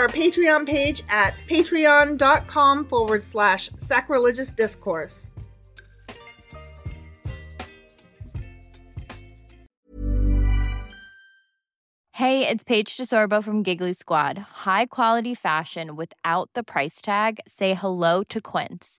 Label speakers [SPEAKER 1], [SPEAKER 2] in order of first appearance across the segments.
[SPEAKER 1] our Patreon page at patreon.com forward slash sacrilegious discourse.
[SPEAKER 2] Hey, it's Paige DeSorbo from Giggly Squad. High quality fashion without the price tag. Say hello to Quince.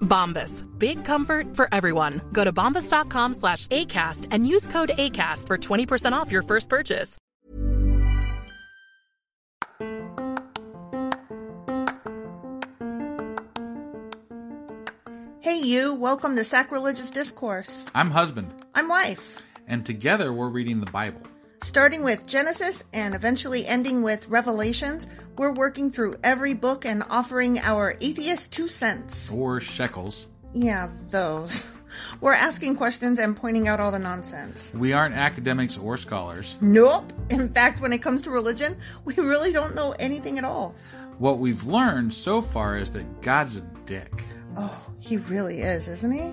[SPEAKER 3] Bombas. Big comfort for everyone. Go to bombas.com slash ACAST and use code ACAST for 20% off your first purchase.
[SPEAKER 1] Hey, you, welcome to Sacrilegious Discourse.
[SPEAKER 4] I'm husband,
[SPEAKER 1] I'm Wife,
[SPEAKER 4] and together we're reading the Bible.
[SPEAKER 1] starting with Genesis and eventually ending with Revelations. We're working through every book and offering our atheist two cents.
[SPEAKER 4] Or shekels.
[SPEAKER 1] Yeah, those. We're asking questions and pointing out all the nonsense.
[SPEAKER 4] We aren't academics or scholars.
[SPEAKER 1] Nope. In fact, when it comes to religion, we really don't know anything at all.
[SPEAKER 4] What we've learned so far is that God's a dick.
[SPEAKER 1] Oh, he really is, isn't he?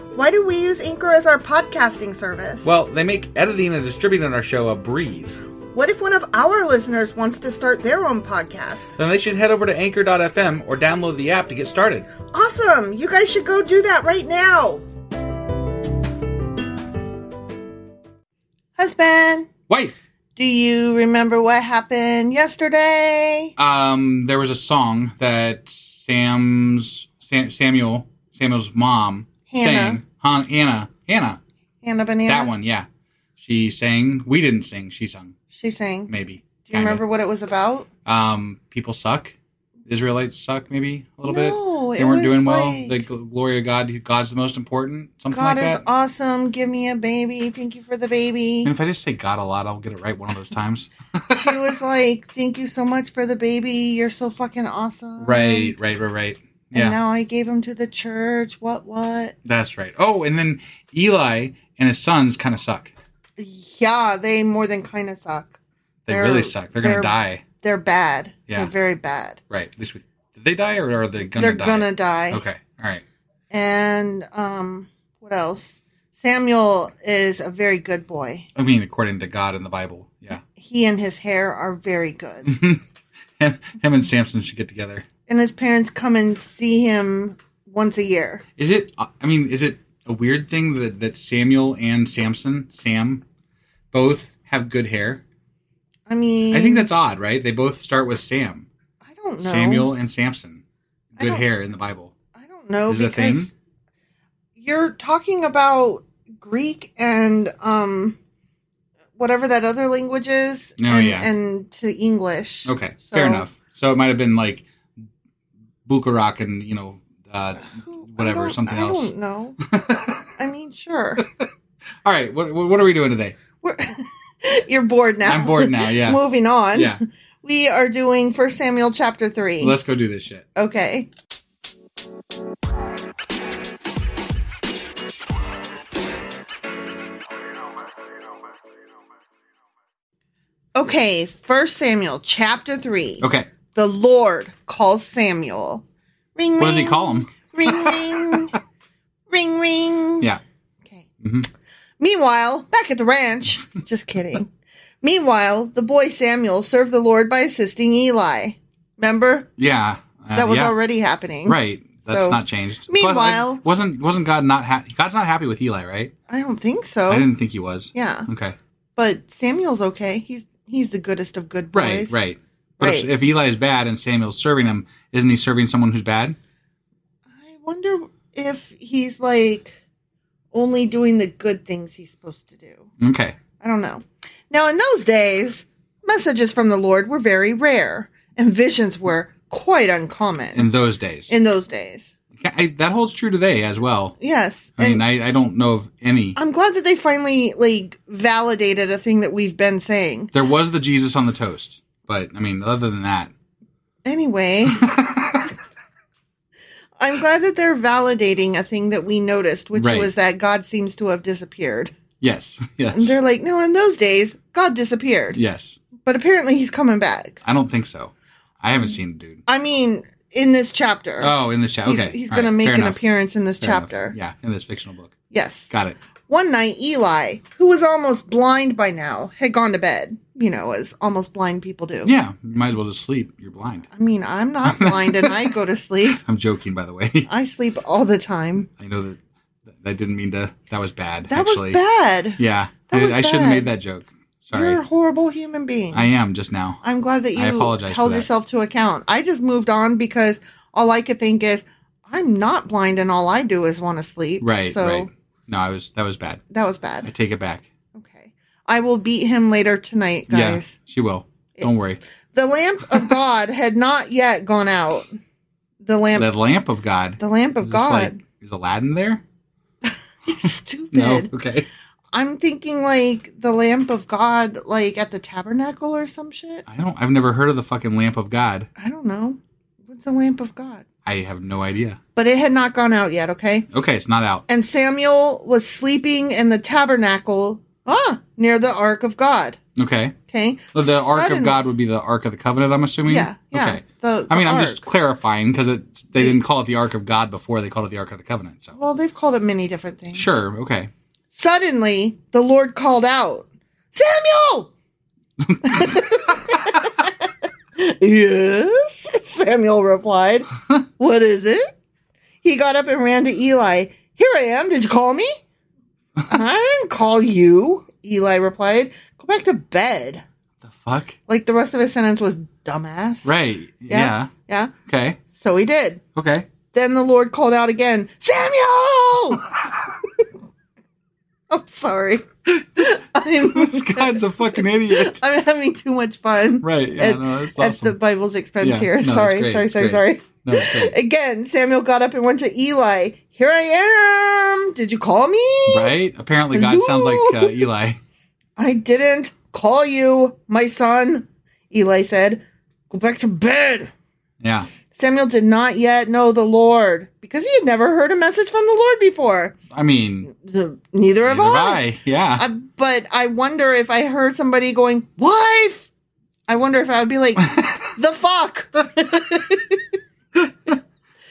[SPEAKER 1] Why do we use Anchor as our podcasting service?
[SPEAKER 4] Well, they make editing and distributing our show a breeze.
[SPEAKER 1] what if one of our listeners wants to start their own podcast?
[SPEAKER 4] Then they should head over to anchor.fm or download the app to get started.
[SPEAKER 1] Awesome! You guys should go do that right now! Husband,
[SPEAKER 4] Wife!
[SPEAKER 1] do you remember what happened yesterday?
[SPEAKER 4] Um, there was a song that Sam's Sam, Samuel Samuel's mom
[SPEAKER 1] Hannah.
[SPEAKER 4] sang. Han, Anna, Anna,
[SPEAKER 1] Hannah Banana?
[SPEAKER 4] that one, yeah. She sang. We didn't sing. She sung.
[SPEAKER 1] She sang. Do
[SPEAKER 4] Maybe.
[SPEAKER 1] you remember what it was about?
[SPEAKER 4] Um, people suck. Israelites suck. Maybe a little
[SPEAKER 1] No,
[SPEAKER 4] bit.
[SPEAKER 1] it
[SPEAKER 4] They weren't
[SPEAKER 1] was
[SPEAKER 4] doing well.
[SPEAKER 1] like-
[SPEAKER 4] The gl- glory of God. God's the most important. Something
[SPEAKER 1] God
[SPEAKER 4] like
[SPEAKER 1] is
[SPEAKER 4] that.
[SPEAKER 1] awesome. Give me a baby. Thank you for the baby.
[SPEAKER 4] And if I just say God a lot, I'll get it right one of those times.
[SPEAKER 1] Um, she was like, Thank you so much for the baby. You're so fucking awesome.
[SPEAKER 4] right, right, right, right. Yeah,
[SPEAKER 1] And now I gave him to the church. What, what?
[SPEAKER 4] that's right. Oh, and then Eli and his sons kind of suck.
[SPEAKER 1] Yeah, they more than kind of suck.
[SPEAKER 4] They
[SPEAKER 1] They're-
[SPEAKER 4] really suck. They're, gonna
[SPEAKER 1] they're-
[SPEAKER 4] die.
[SPEAKER 1] They're bad.
[SPEAKER 4] Yeah.
[SPEAKER 1] They're very bad.
[SPEAKER 4] Right. At least we, did they die or are they gonna
[SPEAKER 1] They're
[SPEAKER 4] die?
[SPEAKER 1] gonna die.
[SPEAKER 4] Okay. All right.
[SPEAKER 1] And um, what else? Samuel is a very good boy.
[SPEAKER 4] I mean, according to God in the Bible. Yeah.
[SPEAKER 1] He and his hair are very good.
[SPEAKER 4] Mm-hmm. him, him and Samson should get together.
[SPEAKER 1] and his parents come and see him once a year.
[SPEAKER 4] Is it? I mean, is it a weird thing that that Samuel and Samson, Sam, both have good hair?
[SPEAKER 1] I mean,
[SPEAKER 4] I think that's odd, right? They both start with Sam,
[SPEAKER 1] I don't know.
[SPEAKER 4] Samuel and Samson.
[SPEAKER 1] I
[SPEAKER 4] Good
[SPEAKER 1] don't-
[SPEAKER 4] hair in the Bible.
[SPEAKER 1] I don't know
[SPEAKER 4] Is it a thing?
[SPEAKER 1] because you're talking about Greek and um whatever that other language is
[SPEAKER 4] Oh,
[SPEAKER 1] and,
[SPEAKER 4] yeah.
[SPEAKER 1] and to English.
[SPEAKER 4] Okay,
[SPEAKER 1] So-
[SPEAKER 4] fair enough. So it might have been like Bukarak and you know uh,
[SPEAKER 1] Who- I
[SPEAKER 4] whatever
[SPEAKER 1] don't-
[SPEAKER 4] something
[SPEAKER 1] I
[SPEAKER 4] else.
[SPEAKER 1] don't know. I mean, sure.
[SPEAKER 4] All right, what what are we doing today?
[SPEAKER 1] We're you're bored now.
[SPEAKER 4] I'm bored now. Yeah,
[SPEAKER 1] Moving on.
[SPEAKER 4] yeah.
[SPEAKER 1] We are doing First Samuel chapter 3.
[SPEAKER 4] Let's go do this shit.
[SPEAKER 1] okay. Okay, First Samuel chapter 3.
[SPEAKER 4] Okay,
[SPEAKER 1] The Lord calls Samuel. Ring ring.
[SPEAKER 4] what does he call him?
[SPEAKER 1] Ring ring. ring ring.
[SPEAKER 4] Yeah.
[SPEAKER 1] Okay.
[SPEAKER 4] Mhm.
[SPEAKER 1] Meanwhile, back at the ranch. Just kidding. Meanwhile, the boy Samuel served the Lord by assisting Eli. Remember?
[SPEAKER 4] Yeah, uh,
[SPEAKER 1] That was
[SPEAKER 4] yeah.
[SPEAKER 1] already happening.
[SPEAKER 4] right. That's
[SPEAKER 1] So,
[SPEAKER 4] not changed. Plus,
[SPEAKER 1] meanwhile-
[SPEAKER 4] I- wasn't wasn't God not ha- God's not happy with Eli, right?
[SPEAKER 1] I don't think so.
[SPEAKER 4] I didn't think he was.
[SPEAKER 1] Oh. Yeah.
[SPEAKER 4] Okay.
[SPEAKER 1] But Samuel's okay. He's he's the goodest of good
[SPEAKER 4] Right.
[SPEAKER 1] boys.
[SPEAKER 4] Right. But If,
[SPEAKER 1] Right.
[SPEAKER 4] if Eli is bad and Samuel's serving him, isn't he serving someone who's bad?
[SPEAKER 1] I wonder if he's like only doing the good things he's supposed to do.
[SPEAKER 4] Okay.
[SPEAKER 1] I don't know. Now, in those days, messages from the Lord were very rare, and visions were quite uncommon
[SPEAKER 4] In those days,
[SPEAKER 1] in those days.
[SPEAKER 4] I, that holds true today as well.
[SPEAKER 1] Yes,
[SPEAKER 4] I mean,
[SPEAKER 1] and
[SPEAKER 4] I, I don't know of any.
[SPEAKER 1] I'm glad that they finally like validated a thing that we've been saying.
[SPEAKER 4] There was the Jesus on the toast, but I mean, other than that,
[SPEAKER 1] Anyway, I'm glad that they're validating a thing that we noticed, which
[SPEAKER 4] Right.
[SPEAKER 1] was that God seems to have disappeared.
[SPEAKER 4] yes,
[SPEAKER 1] And
[SPEAKER 4] yes,
[SPEAKER 1] they're like, no, in those days, God disappeared,
[SPEAKER 4] yes.
[SPEAKER 1] but apparently he's coming back.
[SPEAKER 4] I don't think so. I haven't seen the dude.
[SPEAKER 1] I mean, in this chapter.
[SPEAKER 4] Oh, in this chapter.
[SPEAKER 1] He's,
[SPEAKER 4] Okay,
[SPEAKER 1] he's
[SPEAKER 4] all
[SPEAKER 1] going
[SPEAKER 4] right,
[SPEAKER 1] to make
[SPEAKER 4] fair
[SPEAKER 1] an
[SPEAKER 4] enough,
[SPEAKER 1] appearance in this
[SPEAKER 4] fair enough.
[SPEAKER 1] chapter.
[SPEAKER 4] Yeah, in this fictional book.
[SPEAKER 1] Yes.
[SPEAKER 4] Got it.
[SPEAKER 1] One night, Eli, who was almost blind by now, had gone to bed. You know, as almost blind people do.
[SPEAKER 4] Yeah, you might as well just sleep. You're blind.
[SPEAKER 1] I mean, I'm not blind and I go to sleep.
[SPEAKER 4] I'm joking, by the way.
[SPEAKER 1] I sleep all the time.
[SPEAKER 4] I know that that didn't mean to. That was bad.
[SPEAKER 1] That
[SPEAKER 4] actually.
[SPEAKER 1] was bad.
[SPEAKER 4] Yeah,
[SPEAKER 1] That
[SPEAKER 4] I,
[SPEAKER 1] was
[SPEAKER 4] I should have
[SPEAKER 1] bad.
[SPEAKER 4] made that joke. Sorry,
[SPEAKER 1] You're a horrible human being.
[SPEAKER 4] I am just now.
[SPEAKER 1] I'm glad that you
[SPEAKER 4] I apologize
[SPEAKER 1] held
[SPEAKER 4] for that.
[SPEAKER 1] yourself to account. I just moved on because all I could think is, I'm not blind and all I do is want to sleep.
[SPEAKER 4] Right,
[SPEAKER 1] So
[SPEAKER 4] right. No, I was. That was bad.
[SPEAKER 1] that was
[SPEAKER 4] I
[SPEAKER 1] bad.
[SPEAKER 4] take it back.
[SPEAKER 1] Okay. I will beat him later tonight, guys.
[SPEAKER 4] Yeah, she will. Don't worry.
[SPEAKER 1] The lamp of God had not yet gone out. The lamp,
[SPEAKER 4] The lamp of God.
[SPEAKER 1] the lamp
[SPEAKER 4] Is
[SPEAKER 1] of
[SPEAKER 4] this like-
[SPEAKER 1] God.
[SPEAKER 4] is Aladdin there?
[SPEAKER 1] Stupid.
[SPEAKER 4] No. Okay.
[SPEAKER 1] I'm thinking like the lamp of God, like at the tabernacle or some shit.
[SPEAKER 4] I don't. I've never heard of the fucking lamp of God.
[SPEAKER 1] I don't know. What's the lamp of God?
[SPEAKER 4] I have no idea.
[SPEAKER 1] But it had not gone out yet. Okay.
[SPEAKER 4] Okay, it's not out.
[SPEAKER 1] And Samuel was sleeping in the tabernacle, ah, near the ark of God.
[SPEAKER 4] Okay.
[SPEAKER 1] Okay.
[SPEAKER 4] Well, Oh, the Ark of
[SPEAKER 1] Sudden-
[SPEAKER 4] God would be the Ark of the Covenant. I'm assuming.
[SPEAKER 1] Yeah, yeah,
[SPEAKER 4] Okay.
[SPEAKER 1] the-
[SPEAKER 4] I mean,
[SPEAKER 1] the
[SPEAKER 4] I'm just
[SPEAKER 1] Ark.
[SPEAKER 4] clarifying because it they didn't call it the Ark of God before. They called it the Ark of the Covenant. So
[SPEAKER 1] Well, they've called it many different things.
[SPEAKER 4] sure. Okay.
[SPEAKER 1] Suddenly, the Lord called out, Samuel! yes, Samuel replied. What is it? He got up and ran to Eli. Here I am. Did you call me? I didn't call you, Eli replied. Go back to bed.
[SPEAKER 4] The fuck.
[SPEAKER 1] Like the rest of his sentence was dumbass.
[SPEAKER 4] Right. Yeah.
[SPEAKER 1] Yeah.
[SPEAKER 4] Okay.
[SPEAKER 1] So he did.
[SPEAKER 4] Okay.
[SPEAKER 1] Then the Lord called out again, Samuel! I'm sorry. I'm,
[SPEAKER 4] This guy's a fucking idiot.
[SPEAKER 1] I'm having too much fun.
[SPEAKER 4] Right. Yeah.
[SPEAKER 1] at,
[SPEAKER 4] no, that's
[SPEAKER 1] at
[SPEAKER 4] awesome.
[SPEAKER 1] the Bible's expense
[SPEAKER 4] Yeah, no,
[SPEAKER 1] here.
[SPEAKER 4] that's
[SPEAKER 1] sorry,
[SPEAKER 4] great,
[SPEAKER 1] sorry,
[SPEAKER 4] that's
[SPEAKER 1] sorry,
[SPEAKER 4] great.
[SPEAKER 1] sorry.
[SPEAKER 4] no, it's great.
[SPEAKER 1] Again, Samuel got up and went to Eli. Here I am. Did you call me?
[SPEAKER 4] Right. Apparently, God sounds like uh, Eli.
[SPEAKER 1] I didn't call you, my son. Eli said, Go back to bed.
[SPEAKER 4] Yeah.
[SPEAKER 1] Samuel did not yet know the Lord because he had never heard a message from the Lord before.
[SPEAKER 4] I mean,
[SPEAKER 1] The- neither have
[SPEAKER 4] neither
[SPEAKER 1] I.
[SPEAKER 4] have I. Yeah.
[SPEAKER 1] I- but I wonder if I heard somebody going, wife, I wonder if I would be like, the fuck.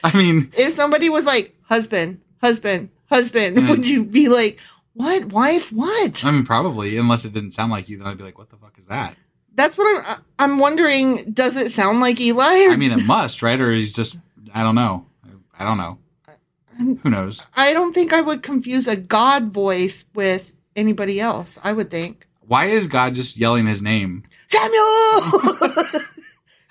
[SPEAKER 4] I mean,
[SPEAKER 1] if somebody was like, husband, husband, husband,
[SPEAKER 4] Hmm.
[SPEAKER 1] would you be like, what, wife, what?
[SPEAKER 4] I mean, probably unless it didn't sound like you, then I'd be like, "What the fuck is that?"
[SPEAKER 1] That's what I'm. I- I'm wondering. Does it sound like Eli? Or,
[SPEAKER 4] I mean, it must, right? Or he's just, I don't know. I don't know. Who knows?
[SPEAKER 1] I don't think I would confuse a God voice with anybody else. I would think
[SPEAKER 4] Why is God just yelling his name?
[SPEAKER 1] Samuel,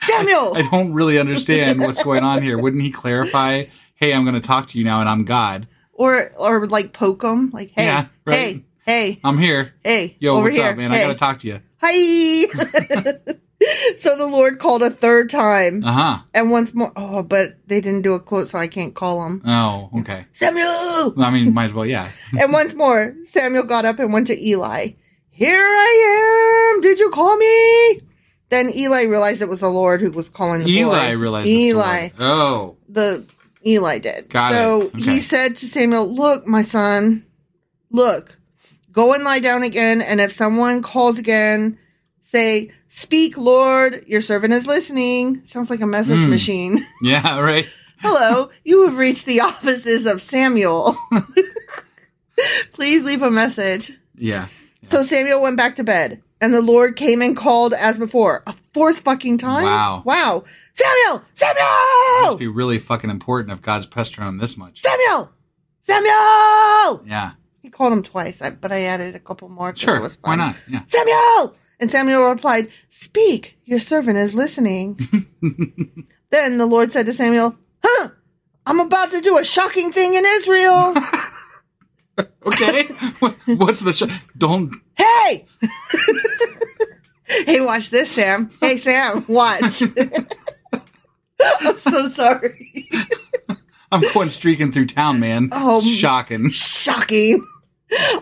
[SPEAKER 1] Samuel.
[SPEAKER 4] I don't really understand what's going on here. Wouldn't he clarify, hey, I'm going to talk to you now and I'm God?
[SPEAKER 1] or or like poke them like hey
[SPEAKER 4] Yeah, right.
[SPEAKER 1] hey hey
[SPEAKER 4] I'm here.
[SPEAKER 1] hey
[SPEAKER 4] Yo,
[SPEAKER 1] over
[SPEAKER 4] what's
[SPEAKER 1] here
[SPEAKER 4] up, man?
[SPEAKER 1] hey.
[SPEAKER 4] I got to talk to you.
[SPEAKER 1] hi so the lord called a third time
[SPEAKER 4] Uh huh.
[SPEAKER 1] and once more oh but they didn't do a quote so i can't call him
[SPEAKER 4] Oh, okay.
[SPEAKER 1] samuel
[SPEAKER 4] I mean, might as well, yeah.
[SPEAKER 1] and once more samuel got up and went to eli here i am did you call me then eli realized it was the lord who was calling the
[SPEAKER 4] Eli
[SPEAKER 1] boy.
[SPEAKER 4] realized. it's the
[SPEAKER 1] eli
[SPEAKER 4] Lord. Oh,
[SPEAKER 1] the Eli did.
[SPEAKER 4] Got
[SPEAKER 1] so
[SPEAKER 4] it. Okay.
[SPEAKER 1] he said to Samuel, Look, my son, look, go and lie down again. And if someone calls again, say, Speak, Lord, your servant is listening. Sounds like a message
[SPEAKER 4] Mm.
[SPEAKER 1] machine.
[SPEAKER 4] yeah, right.
[SPEAKER 1] Hello, you have reached the offices of Samuel. Please leave a message.
[SPEAKER 4] Yeah.
[SPEAKER 1] So Samuel went back to bed, and the Lord came and called as before. A fourth fucking time?
[SPEAKER 4] Wow.
[SPEAKER 1] Wow. Samuel!
[SPEAKER 4] Must
[SPEAKER 1] Samuel!
[SPEAKER 4] be really fucking important if God's pestering him this much.
[SPEAKER 1] Samuel! Samuel!
[SPEAKER 4] Yeah.
[SPEAKER 1] He called him twice, I- but I added a couple more. 'cause
[SPEAKER 4] Sure.
[SPEAKER 1] It was
[SPEAKER 4] Why
[SPEAKER 1] fun.
[SPEAKER 4] not? Yeah.
[SPEAKER 1] Samuel! And Samuel replied, Speak, your servant is listening. then the Lord said to Samuel, Huh, I'm about to do a shocking thing in Israel.
[SPEAKER 4] Okay. What- What's the show? Don't.
[SPEAKER 1] hey! hey, watch this, Sam. Hey, Sam, watch. I'm so sorry.
[SPEAKER 4] I'm going streaking through town, man.
[SPEAKER 1] Oh,
[SPEAKER 4] It's shocking.
[SPEAKER 1] Shocking.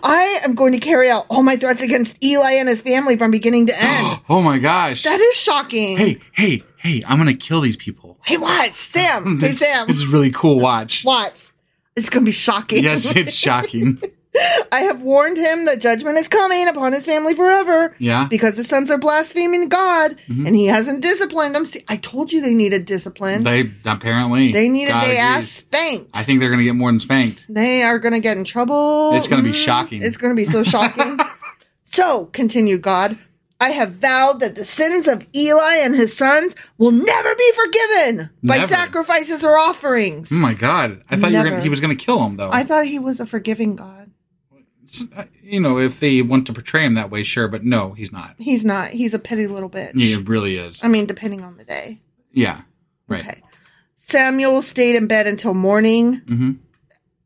[SPEAKER 1] I am going to carry out all my threats against Eli and his family from beginning to end.
[SPEAKER 4] Oh my gosh.
[SPEAKER 1] that is shocking.
[SPEAKER 4] hey, hey, hey, I'm going to kill these people.
[SPEAKER 1] Hey, watch, Sam. hey,
[SPEAKER 4] This-
[SPEAKER 1] Sam.
[SPEAKER 4] This is really cool. Watch.
[SPEAKER 1] Watch. It's going to be shocking.
[SPEAKER 4] yes, it's shocking.
[SPEAKER 1] I have warned him that judgment is coming upon his family forever.
[SPEAKER 4] Yeah. Mm-hmm.
[SPEAKER 1] Because his sons are blaspheming God and he hasn't disciplined them. See, I told you they needed discipline. They,
[SPEAKER 4] They apparently
[SPEAKER 1] needed
[SPEAKER 4] God
[SPEAKER 1] they
[SPEAKER 4] agrees.
[SPEAKER 1] ass spanked.
[SPEAKER 4] I think they're going to get more than spanked.
[SPEAKER 1] they are going to get in trouble.
[SPEAKER 4] It's going to be
[SPEAKER 1] Mm,
[SPEAKER 4] shocking.
[SPEAKER 1] It's going to be so shocking. so, continued God, I have vowed that the sins of Eli and his sons will never be forgiven by
[SPEAKER 4] Never.
[SPEAKER 1] sacrifices or offerings.
[SPEAKER 4] Oh my god! I thought you were gonna,
[SPEAKER 1] Never.
[SPEAKER 4] he was going to kill them though.
[SPEAKER 1] I thought he was a forgiving God.
[SPEAKER 4] you know, if they want to portray him that way, sure, but no, he's not.
[SPEAKER 1] He's not. He's a petty little bitch.
[SPEAKER 4] He really is.
[SPEAKER 1] I mean, depending on the day.
[SPEAKER 4] yeah, right.
[SPEAKER 1] Um, Okay. Samuel stayed in bed until morning.
[SPEAKER 4] hmm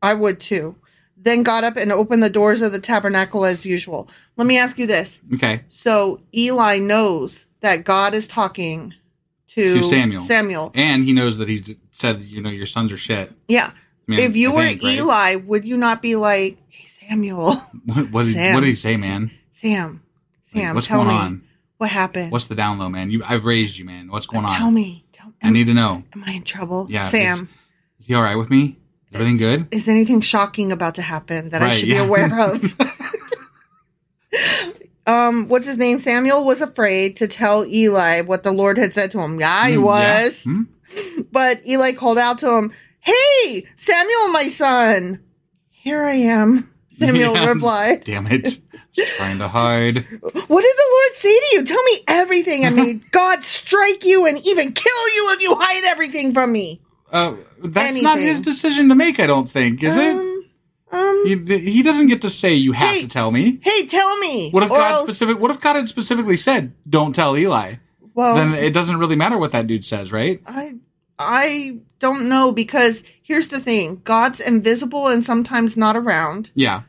[SPEAKER 1] I would too. Then got up and opened the doors of the tabernacle as usual. Let me ask you this.
[SPEAKER 4] Okay.
[SPEAKER 1] So Eli knows that God is talking to,
[SPEAKER 4] To Samuel.
[SPEAKER 1] Samuel.
[SPEAKER 4] And he knows that he's d- said, you know, your sons are shit.
[SPEAKER 1] yeah.
[SPEAKER 4] Man,
[SPEAKER 1] if you
[SPEAKER 4] I
[SPEAKER 1] were
[SPEAKER 4] think, right?
[SPEAKER 1] Eli, would you not be like, hey, Samuel,
[SPEAKER 4] what, what, did,
[SPEAKER 1] Sam.
[SPEAKER 4] what did he say, man?
[SPEAKER 1] Sam,
[SPEAKER 4] Like,
[SPEAKER 1] Sam,
[SPEAKER 4] what's
[SPEAKER 1] tell
[SPEAKER 4] going
[SPEAKER 1] me
[SPEAKER 4] on?
[SPEAKER 1] what happened?
[SPEAKER 4] What's the down low, man? You, I've raised you, man. What's going on?
[SPEAKER 1] Tell me. Tell,
[SPEAKER 4] I need to know.
[SPEAKER 1] am I in trouble?
[SPEAKER 4] Yeah,
[SPEAKER 1] Sam,
[SPEAKER 4] Is he all right with me? Everything good?
[SPEAKER 1] is anything shocking about to happen that I
[SPEAKER 4] Right,
[SPEAKER 1] should
[SPEAKER 4] yeah.
[SPEAKER 1] be aware of? um, what's his name? Samuel was afraid to tell Eli what the Lord had said to him. Yeah, he
[SPEAKER 4] Mm, yeah.
[SPEAKER 1] was.
[SPEAKER 4] Hmm?
[SPEAKER 1] But Eli called out to him, Hey, Samuel, my son. Here I am. Samuel
[SPEAKER 4] Yeah.
[SPEAKER 1] replied,
[SPEAKER 4] Damn it! Just trying to hide.
[SPEAKER 1] What did the Lord say to you? Tell me everything. I may God strike you and even kill you if you hide everything from me.
[SPEAKER 4] Uh, that's not
[SPEAKER 1] Anything.
[SPEAKER 4] his decision to make. I don't think is
[SPEAKER 1] Um, um,
[SPEAKER 4] it. He, he doesn't get to say you have
[SPEAKER 1] Hey.
[SPEAKER 4] to tell me.
[SPEAKER 1] hey, tell me.
[SPEAKER 4] What if
[SPEAKER 1] or
[SPEAKER 4] God
[SPEAKER 1] else-
[SPEAKER 4] specific? What if God had specifically said, "Don't tell Eli"?
[SPEAKER 1] Well,
[SPEAKER 4] Then it doesn't really matter what that dude says, right?
[SPEAKER 1] I I don't know because here's the thing. God's invisible and sometimes not around.
[SPEAKER 4] Yeah,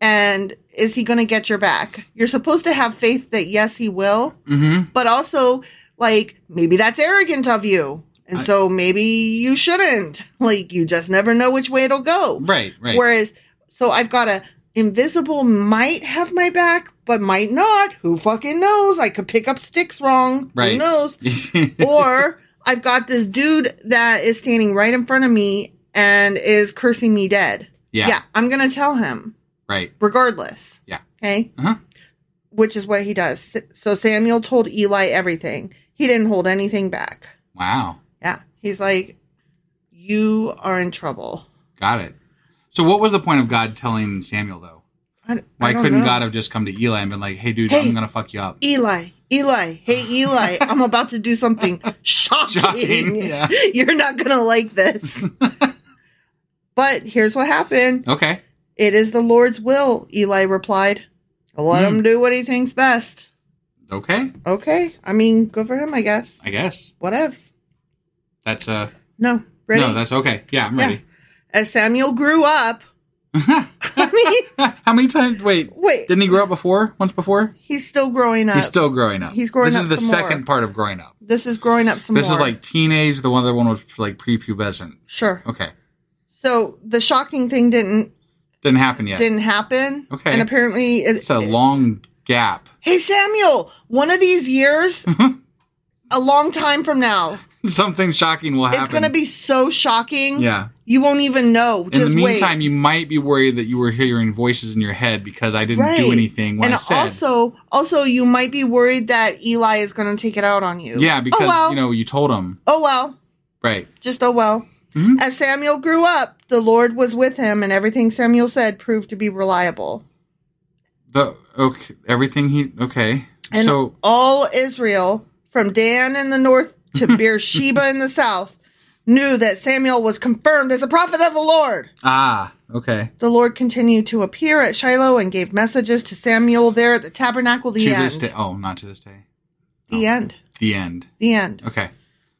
[SPEAKER 1] And is he going to get your back? You're supposed to have faith that yes, he will.
[SPEAKER 4] Mhm.
[SPEAKER 1] But also like maybe that's arrogant of you. And so maybe you shouldn't. Like you just never know which way it'll go.
[SPEAKER 4] right, right.
[SPEAKER 1] Whereas so I've got a invisible might have my back but might not. Who fucking knows? I could pick up sticks wrong.
[SPEAKER 4] right.
[SPEAKER 1] Who knows? or I've got this dude that is standing right in front of me and is cursing me dead.
[SPEAKER 4] yeah,
[SPEAKER 1] I'm going to tell him
[SPEAKER 4] right.
[SPEAKER 1] regardless.
[SPEAKER 4] Yeah.
[SPEAKER 1] Okay.
[SPEAKER 4] Uh-huh.
[SPEAKER 1] which is what he does. So Samuel told Eli everything. He didn't hold anything back.
[SPEAKER 4] Wow.
[SPEAKER 1] Yeah. He's like, You are in trouble.
[SPEAKER 4] Got it. So what was the point of God telling Samuel though?
[SPEAKER 1] I, I
[SPEAKER 4] Why
[SPEAKER 1] don't
[SPEAKER 4] couldn't
[SPEAKER 1] know.
[SPEAKER 4] God have just come to Eli and been like, "Hey, dude,
[SPEAKER 1] Hey. E
[SPEAKER 4] I'm gonna fuck you up."
[SPEAKER 1] Eli, Eli, hey Eli, I'm about to do something shocking.
[SPEAKER 4] Shocking, yeah.
[SPEAKER 1] You're not gonna like this. but here's what happened.
[SPEAKER 4] Okay.
[SPEAKER 1] It is the Lord's will, Eli replied. Let
[SPEAKER 4] Hmm.
[SPEAKER 1] him do what he thinks best.
[SPEAKER 4] Okay.
[SPEAKER 1] Okay. I mean, good for him, I guess.
[SPEAKER 4] I guess
[SPEAKER 1] Whatevs.
[SPEAKER 4] that's uh.
[SPEAKER 1] No. Ready?
[SPEAKER 4] No, that's okay. Yeah, I'm ready.
[SPEAKER 1] As Samuel grew up, I mean,
[SPEAKER 4] How many times? Wait.
[SPEAKER 1] Wait.
[SPEAKER 4] Didn't he grow up before? Once before?
[SPEAKER 1] he's still growing up.
[SPEAKER 4] He's still growing up.
[SPEAKER 1] He's growing
[SPEAKER 4] this
[SPEAKER 1] up
[SPEAKER 4] This is the
[SPEAKER 1] some
[SPEAKER 4] second
[SPEAKER 1] more.
[SPEAKER 4] part of growing up.
[SPEAKER 1] this is growing up some
[SPEAKER 4] this
[SPEAKER 1] more.
[SPEAKER 4] is like teenage. The other one was like prepubescent.
[SPEAKER 1] sure.
[SPEAKER 4] Okay.
[SPEAKER 1] So the shocking thing didn't
[SPEAKER 4] Didn't happen yet.
[SPEAKER 1] didn't happen.
[SPEAKER 4] Okay.
[SPEAKER 1] And apparently it,
[SPEAKER 4] It's a long gap.
[SPEAKER 1] Hey Samuel, one of these years, a long time from now,
[SPEAKER 4] Something shocking will happen.
[SPEAKER 1] it's going to be so shocking.
[SPEAKER 4] Yeah.
[SPEAKER 1] You won't even know.
[SPEAKER 4] In
[SPEAKER 1] Just
[SPEAKER 4] the meantime,
[SPEAKER 1] wait.
[SPEAKER 4] you might be worried that you were hearing voices in your head because I didn't do anything when
[SPEAKER 1] and
[SPEAKER 4] I said.
[SPEAKER 1] also, also you might be worried that Eli is going to take it out on you.
[SPEAKER 4] yeah, because
[SPEAKER 1] oh, well.
[SPEAKER 4] you know you told him
[SPEAKER 1] Oh well.
[SPEAKER 4] right.
[SPEAKER 1] Just oh well.
[SPEAKER 4] Mm-hmm.
[SPEAKER 1] As Samuel grew up, the Lord was with him, and everything Samuel said proved to be reliable.
[SPEAKER 4] The okay, everything he okay.
[SPEAKER 1] And
[SPEAKER 4] so
[SPEAKER 1] all Israel, from Dan in the north to Beersheba in the south, knew that Samuel was confirmed as a prophet of the Lord.
[SPEAKER 4] ah okay.
[SPEAKER 1] The Lord continued to appear at Shiloh and gave messages to Samuel there at the tabernacle. The
[SPEAKER 4] to
[SPEAKER 1] end.
[SPEAKER 4] this day, oh, not to this day.
[SPEAKER 1] The end.
[SPEAKER 4] The end.
[SPEAKER 1] The end.
[SPEAKER 4] Okay,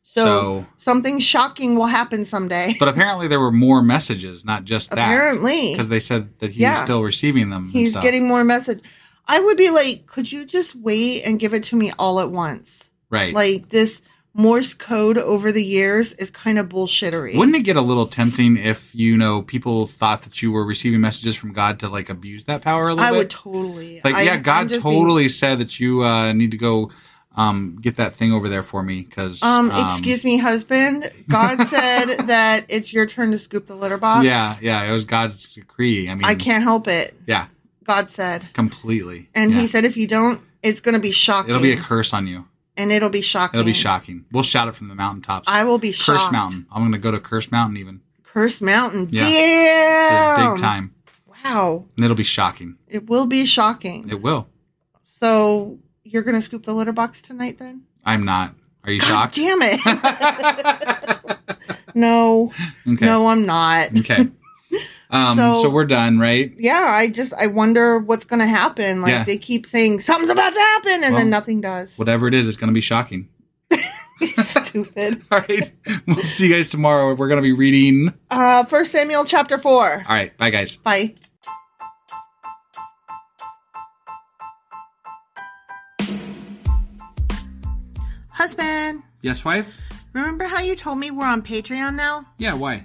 [SPEAKER 1] So,
[SPEAKER 4] so-
[SPEAKER 1] something shocking will happen someday.
[SPEAKER 4] but apparently there were more messages, not just that.
[SPEAKER 1] Apparently.
[SPEAKER 4] because they said that he was
[SPEAKER 1] Yeah.
[SPEAKER 4] still receiving them. and
[SPEAKER 1] He's
[SPEAKER 4] stuff.
[SPEAKER 1] getting more message. I would be like, could you just wait and give it to me all at once?
[SPEAKER 4] right.
[SPEAKER 1] Like this Morse code over the years is kind of bullshittery.
[SPEAKER 4] Wouldn't it get a little tempting if you know people thought that you were receiving messages from God to like abuse that power a little
[SPEAKER 1] I
[SPEAKER 4] bit?
[SPEAKER 1] would totally.
[SPEAKER 4] Like,
[SPEAKER 1] I,
[SPEAKER 4] yeah,
[SPEAKER 1] I'm
[SPEAKER 4] God
[SPEAKER 1] just
[SPEAKER 4] totally said that you uh, need to go um, get that thing over there for me because.
[SPEAKER 1] Being, um, excuse me, husband. God said that it's your turn to scoop the litter box.
[SPEAKER 4] Yeah, yeah, it was God's decree. I mean,
[SPEAKER 1] I can't help it.
[SPEAKER 4] Yeah,
[SPEAKER 1] God said,
[SPEAKER 4] completely.
[SPEAKER 1] and
[SPEAKER 4] Yeah.
[SPEAKER 1] He said, if you don't, it's going to be shocking.
[SPEAKER 4] it'll be a curse on you.
[SPEAKER 1] and it'll be shocking.
[SPEAKER 4] It'll be shocking. We'll shout it from the mountaintops.
[SPEAKER 1] I will be
[SPEAKER 4] Curse
[SPEAKER 1] shocked.
[SPEAKER 4] Mountain. I'm going to go to Curse Mountain even.
[SPEAKER 1] Curse Mountain.
[SPEAKER 4] Yeah. It's a
[SPEAKER 1] Damn.
[SPEAKER 4] big time.
[SPEAKER 1] Wow.
[SPEAKER 4] And it'll be shocking.
[SPEAKER 1] It will be shocking.
[SPEAKER 4] It will.
[SPEAKER 1] So you're gonna scoop the litter box tonight then?
[SPEAKER 4] I'm not. Are you shocked?
[SPEAKER 1] Damn it. no.
[SPEAKER 4] Okay.
[SPEAKER 1] No, I'm not.
[SPEAKER 4] Okay. Um, so,
[SPEAKER 1] So-
[SPEAKER 4] we're done, right?
[SPEAKER 1] Yeah, I just I wonder what's gonna happen. Like
[SPEAKER 4] Yeah.
[SPEAKER 1] they keep saying something's about to happen and
[SPEAKER 4] Well,
[SPEAKER 1] then nothing does.
[SPEAKER 4] Whatever it is, it's going to be shocking.
[SPEAKER 1] Stupid.
[SPEAKER 4] All right. We'll see you guys tomorrow. We're going to be reading.
[SPEAKER 1] Uh first Samuel chapter four.
[SPEAKER 4] All right. Bye, guys.
[SPEAKER 1] Bye. Husband,
[SPEAKER 4] Yes, wife?
[SPEAKER 1] remember how you told me we're on Patreon now?
[SPEAKER 4] Yeah, why?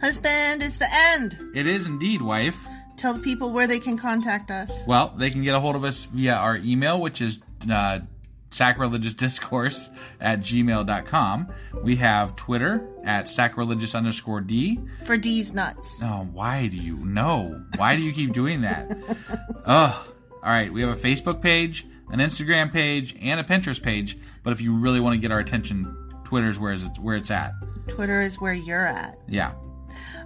[SPEAKER 1] Husband, it's the end.
[SPEAKER 4] It is indeed, wife.
[SPEAKER 1] Tell the people where they can contact us.
[SPEAKER 4] Well, they can get a hold of us via our email, which is uh, sacrilegiousdiscourse at gmail.com. We have Twitter at sacrilegious underscore D.
[SPEAKER 1] For D's nuts.
[SPEAKER 4] Oh, why do you know? Why do you keep doing that? Ugh. All right, we have a Facebook page, an Instagram page, and a Pinterest page. But if you really want to get our attention, Twitter's where is it, where it's at.
[SPEAKER 1] Twitter is where you're at.
[SPEAKER 4] Yeah,